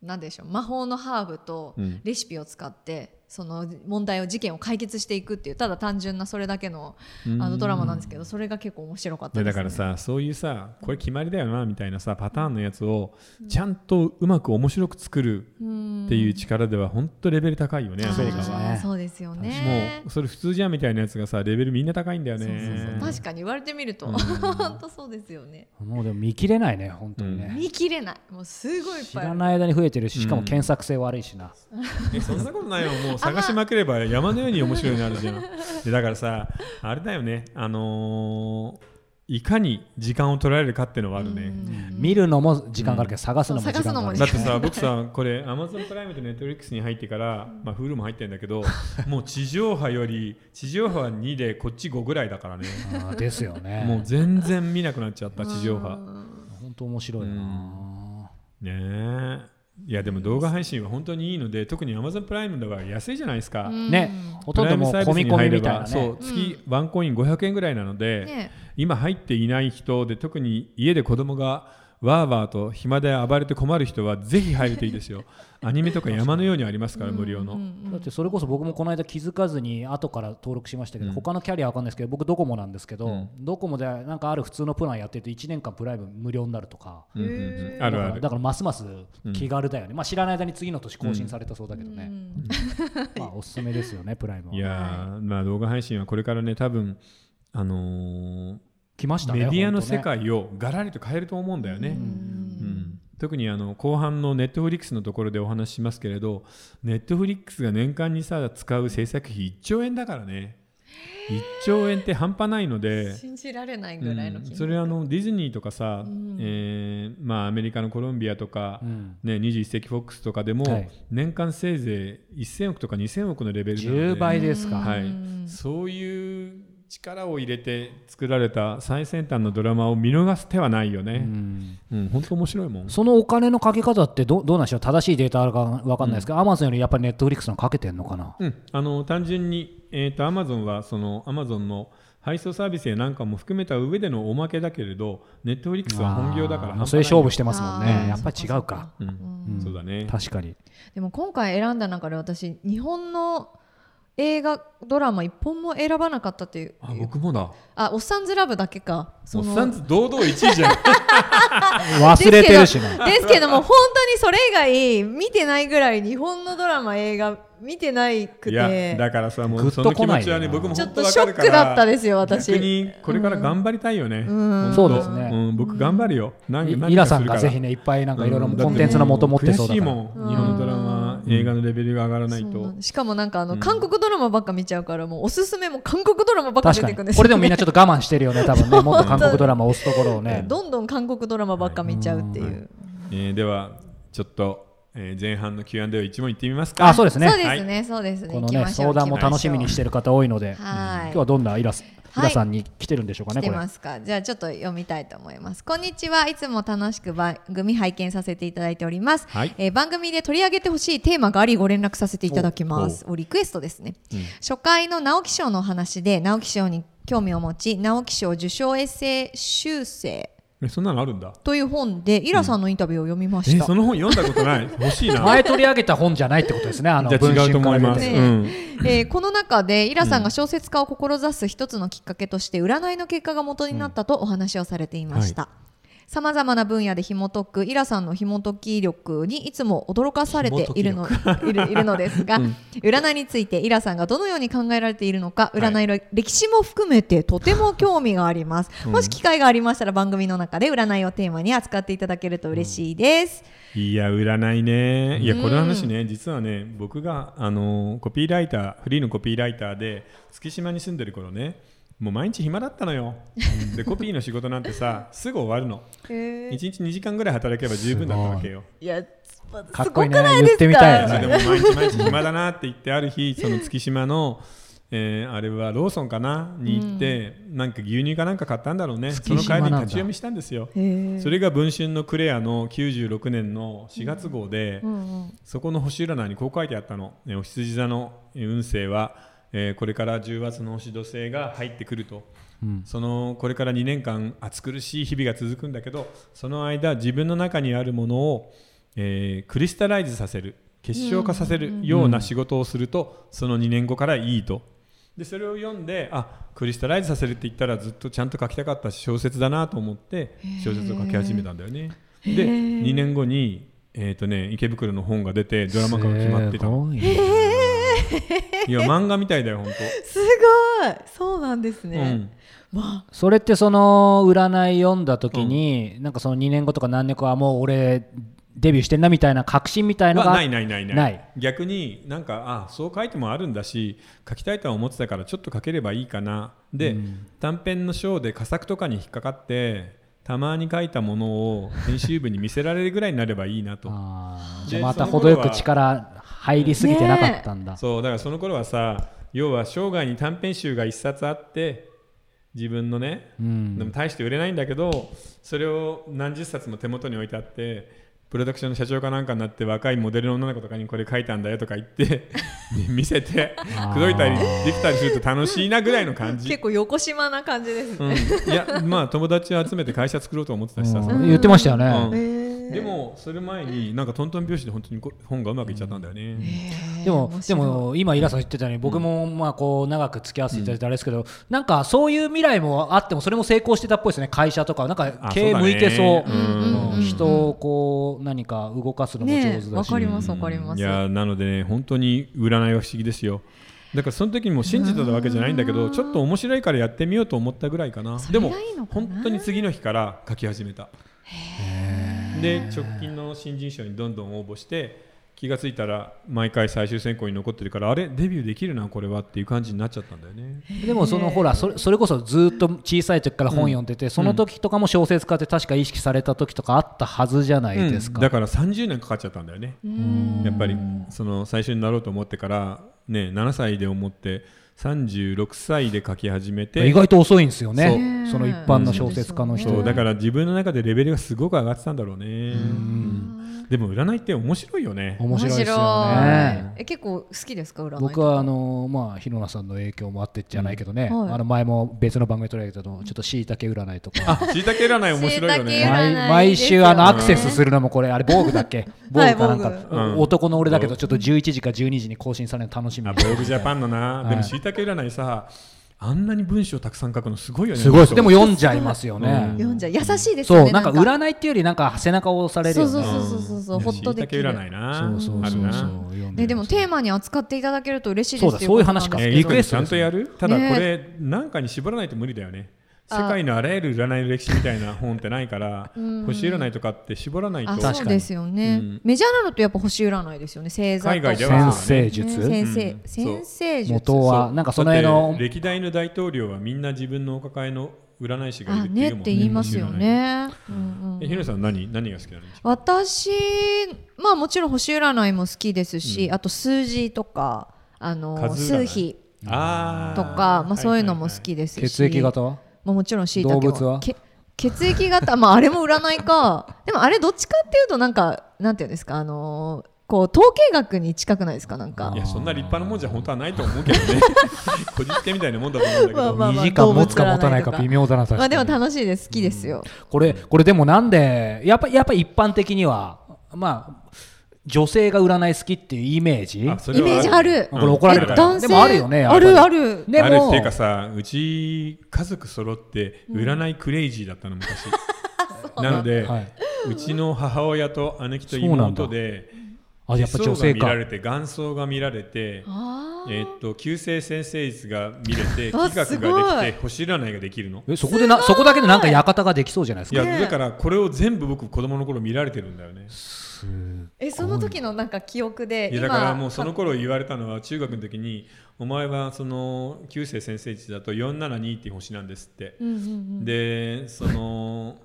うん、なんでしょう魔法のハーブとレシピを使って。その問題を事件を解決していくっていうただ単純なそれだけのあのドラマなんですけどそれが結構面白かったです、ね、だからさそういうさこれ決まりだよなみたいなさパターンのやつをちゃんとうまく面白く作るっていう力では本当レベル高いよね、アメリカはそうですよねもうそれ普通じゃんみたいなやつがさレベルみんな高いんだよね確かに言われてみると、本当そうですよねもうでも見切れないね本当にね、見切れないもうすごい知らない間に増えてるししかも検索性悪いしな、えそんなことないよもう探しまくれば [LAUGHS] 山のように面白いなるじゃんでだからさあれだよねあのーいかに時間を取られるかっていうのはあるね。見るのも時間があるけど、探すのも時間があるだってさ僕さこれ Amazon プライムと Netflix に入ってから、まあ、Hulu も入ってるんだけ [LAUGHS] どもう地上波より地上波は2でこっち5ぐらいだからねあーですよねもう全然見なくなっちゃった地上波本当面白いな、ねえいやでも動画配信は本当にいいので特に Amazon プライムの場合安いじゃないですか、ねほとんどもう込み込みみたいなそねう月ワンコイン500円ぐらいなので、ね今入っていない人で特に家で子供がわーわーと暇で暴れて困る人はぜひ入るといいです [LAUGHS] よアニメとか山のようにありますから無料の、だってそれこそ僕もこの間気づかずに後から登録しましたけど、他のキャリアわかんないですけど僕ドコモなんですけど、ドコモでなんかある普通のプランやってると1年間プライム無料になるとか、うんうんうんあるだかあらるだからますます気軽だよね、まあ、知らない間に次の年更新されたそうだけどね、 [LAUGHS] まあ、おすすめですよねプライムはいやーまあ動画配信はこれからね多分あの来ましーたねメディアの本当ね世界をガラリと変えると思うんだよね、うんうん特にあの後半のネットフリックスのところでお話ししますけれどネットフリックスが年間にさ使う制作費1兆円だからね1兆円って半端ないので、信じられないぐらいのうん金そ額れあのディズニーとかさ、んえーまあ、アメリカのコロンビアとか、うんね、21世紀フォックスとかでも、はい年間せいぜい1000億とか2000億のレベルなの10倍ですか、はうい、んそういう力を入れて作られた最先端のドラマを見逃す手はないようね、んうん、本当面白いもん。そのお金のかけ方ってどどうなんでしょう正しいデータあるかわかんないですけど、アマゾンよりやっぱりネットフリックスのかけてんのかな、うん、あの単純に、えー、と Amazon はその Amazon の配送サービスやなんかも含めた上でのおまけだけれど Netflix は本業だから、あーそれ勝負しててますもんあねーやっぱり違うそかっかうんうんそうだね確かにでも今回選んだ中で私日本の映画ドラマ一本も選ばなかったっていうあ僕もだあおっさんずラブだけかおそっのさんず堂々1位じゃん忘れてるしでねすけどですけども本当にそれ以外見てないぐらい日本のドラマ映画見てないく [LAUGHS] いやてだからさもグうッとその気来な持いちよはなね僕もちょ本っ当とわシかョッるクからだったですよ私逆にこれから頑張りたいよね、んそうですねうん、僕頑張るよ、なんかイ何ラかさすんるかがらぜひねいっぱいなんかいろいろうんコンテンツの元持ってそうだ悔しいから、もん日本のドラマ、映画のレベルが上がらないそうなとんですしかもなんかあの、韓国ドラマばっか見ちゃうからもうおすすめも韓国ドラマばっか確出かてくんでにすこれでもみんななちょっと我慢してるよね多 [LAUGHS] 分ねもっと韓国ドラマ押すところをね [LAUGHS] どんどん韓国ドラマばっか見ちゃうっていう、えーではちょっと、えー前半の Q&A を一問いってみますかあそうですねそうですね、そうですねこの行きねましょ相う談も楽しみにしてる方多いので、はい今日はどんなイラスイはいラさんに来てるんでしょうかね、来てこれますかじゃあちょっと読みたいと思いますこんにちはいつも楽しく番組拝見させていただいております、はいえー番組で取り上げてほしいテーマがありご連絡させていただきますおリクエストですね、初回の直木賞のお話で直木賞に興味を持ち直木賞受賞エッセイ修正えそんなのあるんだという本でイラさんのインタビューを読みましえた、その本読んだことない [LAUGHS] 欲しいな前取り上げた本じゃないってことですねあのじゃ文あ違うと春か思らい出ます、て文春からる出てうんる [LAUGHS] えーこの中でイラさんが小説家を志す一つのきっかけとして占いの結果が元になったとお話をされていました。さまざまな分野で紐解くイラさんの紐解き力にいつも驚かされているのいるいるの [LAUGHS] ですが、占いについてイラさんがどのように考えられているのか占いの歴史も含めてとても興味があります、もし機会がありましたら番組の中で占いをテーマに扱っていただけると嬉しいです、いや占いねいやこの話ね、実はね僕があのコピーライターフリーのコピーライターで月島に住んでる頃ねもう毎日暇だったのよでコピーの仕事なんてさすぐ終わるの1日2時間ぐらい働けば十分だったわけよいやかすっごこいくいねないで言すってみかたいそねれでも毎日毎日暇だなって言ってある日その月島の、えーあれはローソンかなに行って、なんか牛乳かなんか買ったんだろうねそ月島の帰りになんだ立ち読みしたんですよへえそれが「文春」のクレアの96年の4月号で、うんうんそこの星占いにこう書いてあったの「えーお羊座のえー運勢は、えーこれから10月の星土星が入ってくると」そのこれから2年間暑苦しい日々が続くんだけどその間自分の中にあるものを、えークリスタライズさせる結晶化させるような仕事をすると、その2年後からいいと。でそれを読んであクリスタライズさせるって言ったらずっとちゃんと書きたかった小説だなと思って小説を書き始めたんだよね。で2年後に、えーとね、池袋の本が出てドラマ化が決まってたすのごいいや漫画みたいだよ本当。すごいそうなんですね、まそれってその占い読んだ時に、なんかその2年後とか何年後はもう俺デビューしてんなみたいな確信みたいのがないないないないない逆になんかあそう書いてもあるんだし書きたいとは思ってたからちょっと書ければいいかなで、短編の章で佳作とかに引っかかってたまに書いたものを編集部に見せられるぐらいになればいいなと [LAUGHS] あーでじゃあまたその程よ頃くは力入りすぎてなかったんだ、そうだからその頃はさ要は生涯に短編集が一冊あって自分のね、んでも大して売れないんだけどそれを何十冊も手元に置いてあってプロダクションの社長かなんかになって若いモデルの女の子とかにこれ書いたんだよとか言って [LAUGHS] 見せて口あー説いたりできたりすると楽しいなぐらいの感じ結、構横島な感じですうね、ん、いやまあ友達を集めて会社作ろうと思ってたしさ、うんその言ってましたよね、うんへーでもそれ前になんかトントン拍子で本当にこ本がうまくいっちゃったんだよね。でも面で白いも今イラさん言ってたように僕もまあこう長く付き合わせていただいてあれですけど、なんかそういう未来もあってもそれも成功してたっぽいですね会社とかなんかあ経営向いてそうそうだねうんうんうん人をこう何か動かすのも上手だねし、えわかりますわかります、いやーなのでね本当に占いは不思議ですよだからその時にもう信じてたわけじゃないんだけどちょっと面白いからやってみようと思ったぐらいかなそでれがもいいのかな本当に次の日から書き始めたで直近の新人賞にどんどん応募して気がついたら毎回最終選考に残ってるからあれデビューできるなこれはっていう感じになっちゃったんだよねでもそのほらそれそれこそずっと小さい時から本読んでて、その時とかも小説家って確か意識された時とかあったはずじゃないですうんか。だから30年かかっちゃったんだよねやっぱりその最初になろうと思ってからね7歳で思って36歳で書き始めて意外と遅いんですよそうねねえその一般の小説家の人そうんうだから自分の中でレベルがすごく上がってたんだろうねでも占いって面白いよね面白いですよ面白ねいえ結構好きですか占いとか僕はあのまあ日野さんの影響もあってじゃないけどね、うんはいあの前も別の番組で取り上げたのちょっとしいたけ占いとかあ椎茸占い面白いよ椎ね [LAUGHS] 茸毎占いい毎いですよ週あのアクセスするのもこれあれ防具だっけ防具かなんか、はい具防うん男の俺だけどちょっと11時か12時に更新されるの楽しみあにボーグジャパンのなはいでも椎茸占いさあんなに文章たくさん書くのすごいよねすごいです本で当も読んじゃいますよね、うん読んじゃう優しいですよそうねなんか占いっていうよりなんか背中を押されるそうよねそううそんうそうそうそう、ねほっとできる椎茸占いなそうあそるうそうな読んでね、でもテーママに扱っていただけると嬉しいですそうだってことなんそういう話かえですーけどリクエストちゃんとやるただねこれなんかに絞らないと無理だよね世界のあらゆる占いの歴史みたいな本ってないから星占いとかって絞らないとあそうですようね、んメジャーなのとやっぱ星占いですよね星座とか海外で先は生ね術、先生、うん先生術元はなんかその辺だっのて歴代の大統領はみんな自分のお抱えの占い師がいるあっていねうもんって言いますよね、うんうんえひろさん何何が好きなの私まあもちろん星占いも好きですし、あと数字とかあの数占数い比あとーかまあ、そういうのも好きですし、血液型はまあ、もちろん椎茸動物はけ血液型まああれも占いかでもあれどっちかっていうとなんかなんていうんですかあのーこう統計学に近くないですかなはんいはいはいかいやそんな立派なもんじゃ本当はないと思うけどね [LAUGHS] こじつけみたいなもんだと思うんだけど、まあまあ2時間持つか持たないか微妙だな確まかあにでも楽しいです好きですよ、これこれでもなんでやっぱやっぱ一般的にはまあ女性が占い好きっていうイメージあそれイメージあるうんこれ怒られるえか男性でもあるよねやっあぱりるあるであるっていうもかさうち家族揃って占いクレイジーだった [LAUGHS] の昔、なので、はい、うちの母親と姉貴とそうなんだ妹であやっぱ女性手相が見らかれて元相が見られてあーえーっと旧姓先生術が見れてあ企画すごがいできて星占いができるのえそこでなそこだけでなんか館ができそうじゃないですいかやねえだからこれを全部僕子供の頃見られてるんだよねえその時のなんか記憶でいやだからもうその頃言われたのは中学の時にお前はその旧姓先生術だと472っていう星なんですってうんうんうんでその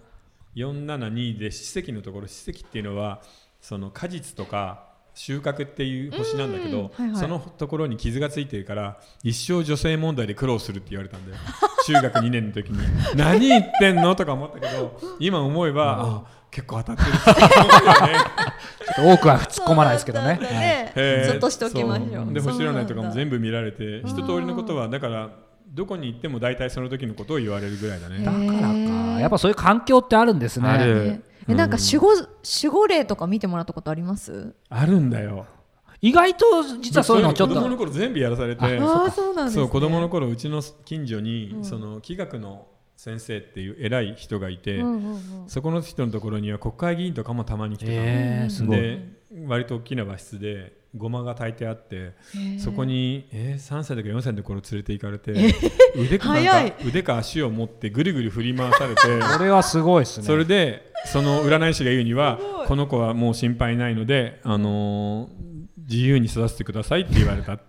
472で史跡のところ史跡っていうのはその果実とか収穫っていう星なんだけうんど、はいはいそのところに傷がついてるから一生女性問題で苦労するって言われたんだよ中学2年の時に [LAUGHS] 何言ってんのとか思ったけど今思えば、あ結構当たってるちょっと多くは突っ込まないですけど [LAUGHS] ねそうなんだはいへーちょっとしておきましょ。そうで星占いとかも部。全部見られて一通りのことはだからどこに行っても大体その時のことを言われるぐらいだね、だからかやっぱそういう環境ってあるんですねあるねえなんか守護守護霊とか見てもらったことあります？あるんだよ意外と実はそういうのちょっ子供のと頃全部やらされてああそうなんですね。そう子供の頃うちの近所に、その気学の先生っていう偉い人がいて、うんうんうんそこの人のところには国会議員とかもたまに来てたの、えーすごいで割と大きな和室でごまが炊いてあってそこに、えー、3歳とか4歳の頃連れて行かれて、腕かなんか腕か足を持ってぐるぐる振り回されてそれはすごいですねそれでその占い師が言うにはこの子はもう心配ないので、あのー、自由に育ててくださいって言われ [LAUGHS] た。っ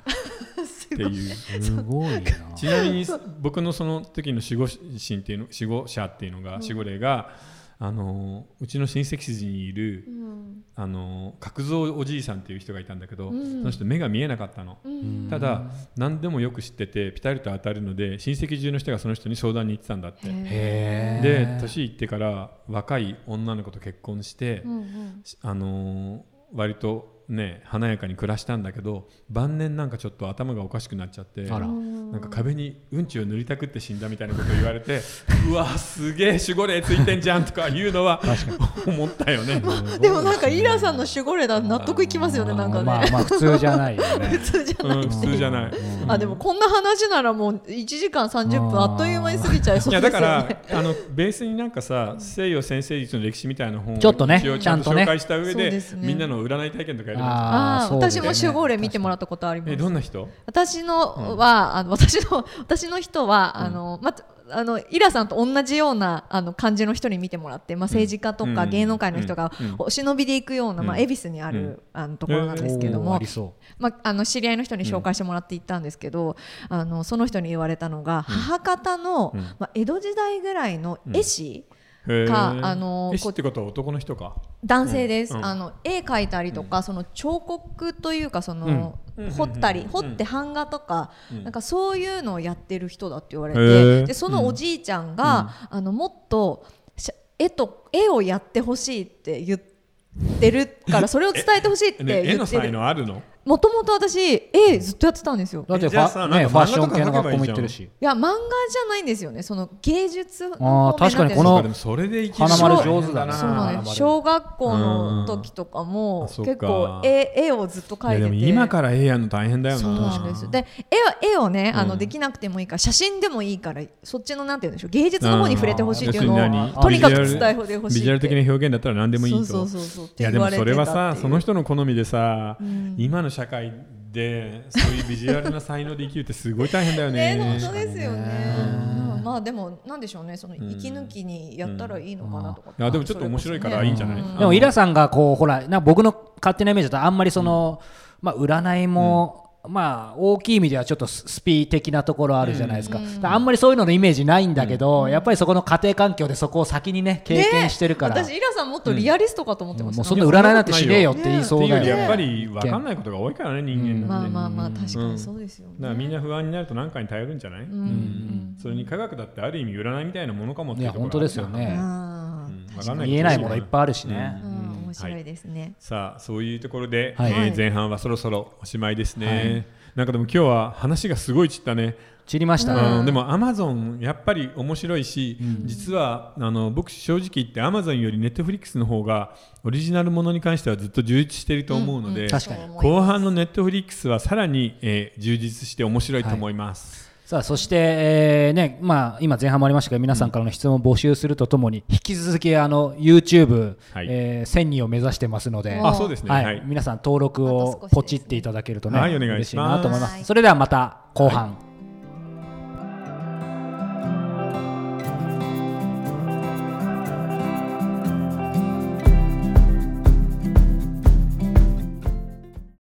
ていうすごいなちなみに僕のその時の守護神っていうの守護者っていうのが、守護霊があのうちの親戚筋にいる、うん、あの角蔵おじいさんっていう人がいたんだけど、うん、その人目が見えなかったの、うん、ただ何でもよく知っててピタリと当たるので親戚中の人がその人に相談に行ってたんだってで年いってから若い女の子と結婚して、うんうん、あの割とね華やかに暮らしたんだけど晩年なんかちょっと頭がおかしくなっちゃってなんか壁にうんちを塗りたくって死んだみたいなことを言われて [LAUGHS] うわすげえ守護霊ついてんじゃんとか言うのは [LAUGHS] 思ったよね、、まあ、でもなんかイラさんの守護霊だ納得いきますよねなんかね [LAUGHS] まあまあ普通じゃないよね普通じゃない、うん普通じゃない、うん、あでもこんな話ならもう1時間30分あっという間に過ぎちゃいそうでねいやすだからあのベースになんかさ西洋先生術の歴史みたいな本をちょっとねちゃんと紹介した上で、ね、みんなの占い体験とかやる [LAUGHS] ああ、ね、私も集合例見てもらったことあります。どんな人？私のは、うん、あの私の私の人は、うん、あのまあのイラさんと同じようなあの感じの人に見てもらって、まあ、政治家とか芸能界の人がお忍びで行くような、まあ、恵比寿にある、あのところなんですけども、まあ、あの知り合いの人に紹介してもらって行ったんですけど、あのその人に言われたのが、母方の、まあ、江戸時代ぐらいの絵師、かあの絵師ってことは男の人か男性です、うんうん、あの絵描いたりとか、うん、その彫刻というかその、彫ったり彫って版画とか、なんかそういうのをやってる人だって言われて、でそのおじいちゃんが、あのもっと絵と絵をやってほしいって言ってるからそれを伝 [LAUGHS] えてほしいって言ってるね、絵の才能あるのもともと私絵ずっとやってたんですよ。だってファ,、ね、ファッション系の学校も行ってるし。いや漫画じゃないんですよね。その芸術ああ確かにこのそれで花丸上手だな。そうなんです。小学校の時とかも結構絵絵をずっと描いてて。今から絵やるの大変だよな。そうなんです。で絵は絵をねあのできなくてもいいから写真でもいいからそっちのなんて言うんでしょう芸術の方に触れてほしいっていうのをとにかく伝えてほしい。ビジュアル的な表現だったら何でもいいと。そうそうそういやでもそれはさその人の好みでさ今の社会でそういうビジュアルな才能で生きるってすごい大変だよね。 [LAUGHS] ね本当ですよね。まあでもなんでしょうねその息抜きにやったらいいのかなとか。あでもちょっと面白いからいいんじゃない。でもイラさんがこうほらな僕の勝手なイメージだとあんまりそのまあ占いも。まあ、大きい意味ではちょっとスピー的なところあるじゃないですか,、あんまりそういうののイメージないんだけど、やっぱりそこの家庭環境でそこを先にね経験してるから、私イラさんもっとリアリストかと思ってました、もうそんな占いなんてしねえよって言いそうだよねやっぱり分かんないことが多いからね人間まあまあまあ確かにそうですよ、ねだからみんな不安になると何かに頼るんじゃない、うんそれに科学だってある意味占いみたいなものかもっていや本当ですよね、うん、言えないものいっぱいあるしね、面白いですね、はい、さあそういうところで、はい、えー、前半はそろそろおしまいですね、はい、なんかでも今日は話がすごい散ったね散りました、うん、でもアマゾンやっぱり面白いし、うん、実はあの僕正直言ってアマゾンよりネットフリックスの方がオリジナルものに関してはずっと充実していると思うので、うんうん、後半のネットフリックスはさらに、えー、充実して面白いと思います、はいさあそして、えーねまあ、今前半もありましたが皆さんからの質問を募集するとともに、引き続きあの YouTube1000、はいえー、人を目指してますのであそうですね、はい皆さん登録をポチっていただけるとね、はい、お願いしますそれではまた後半、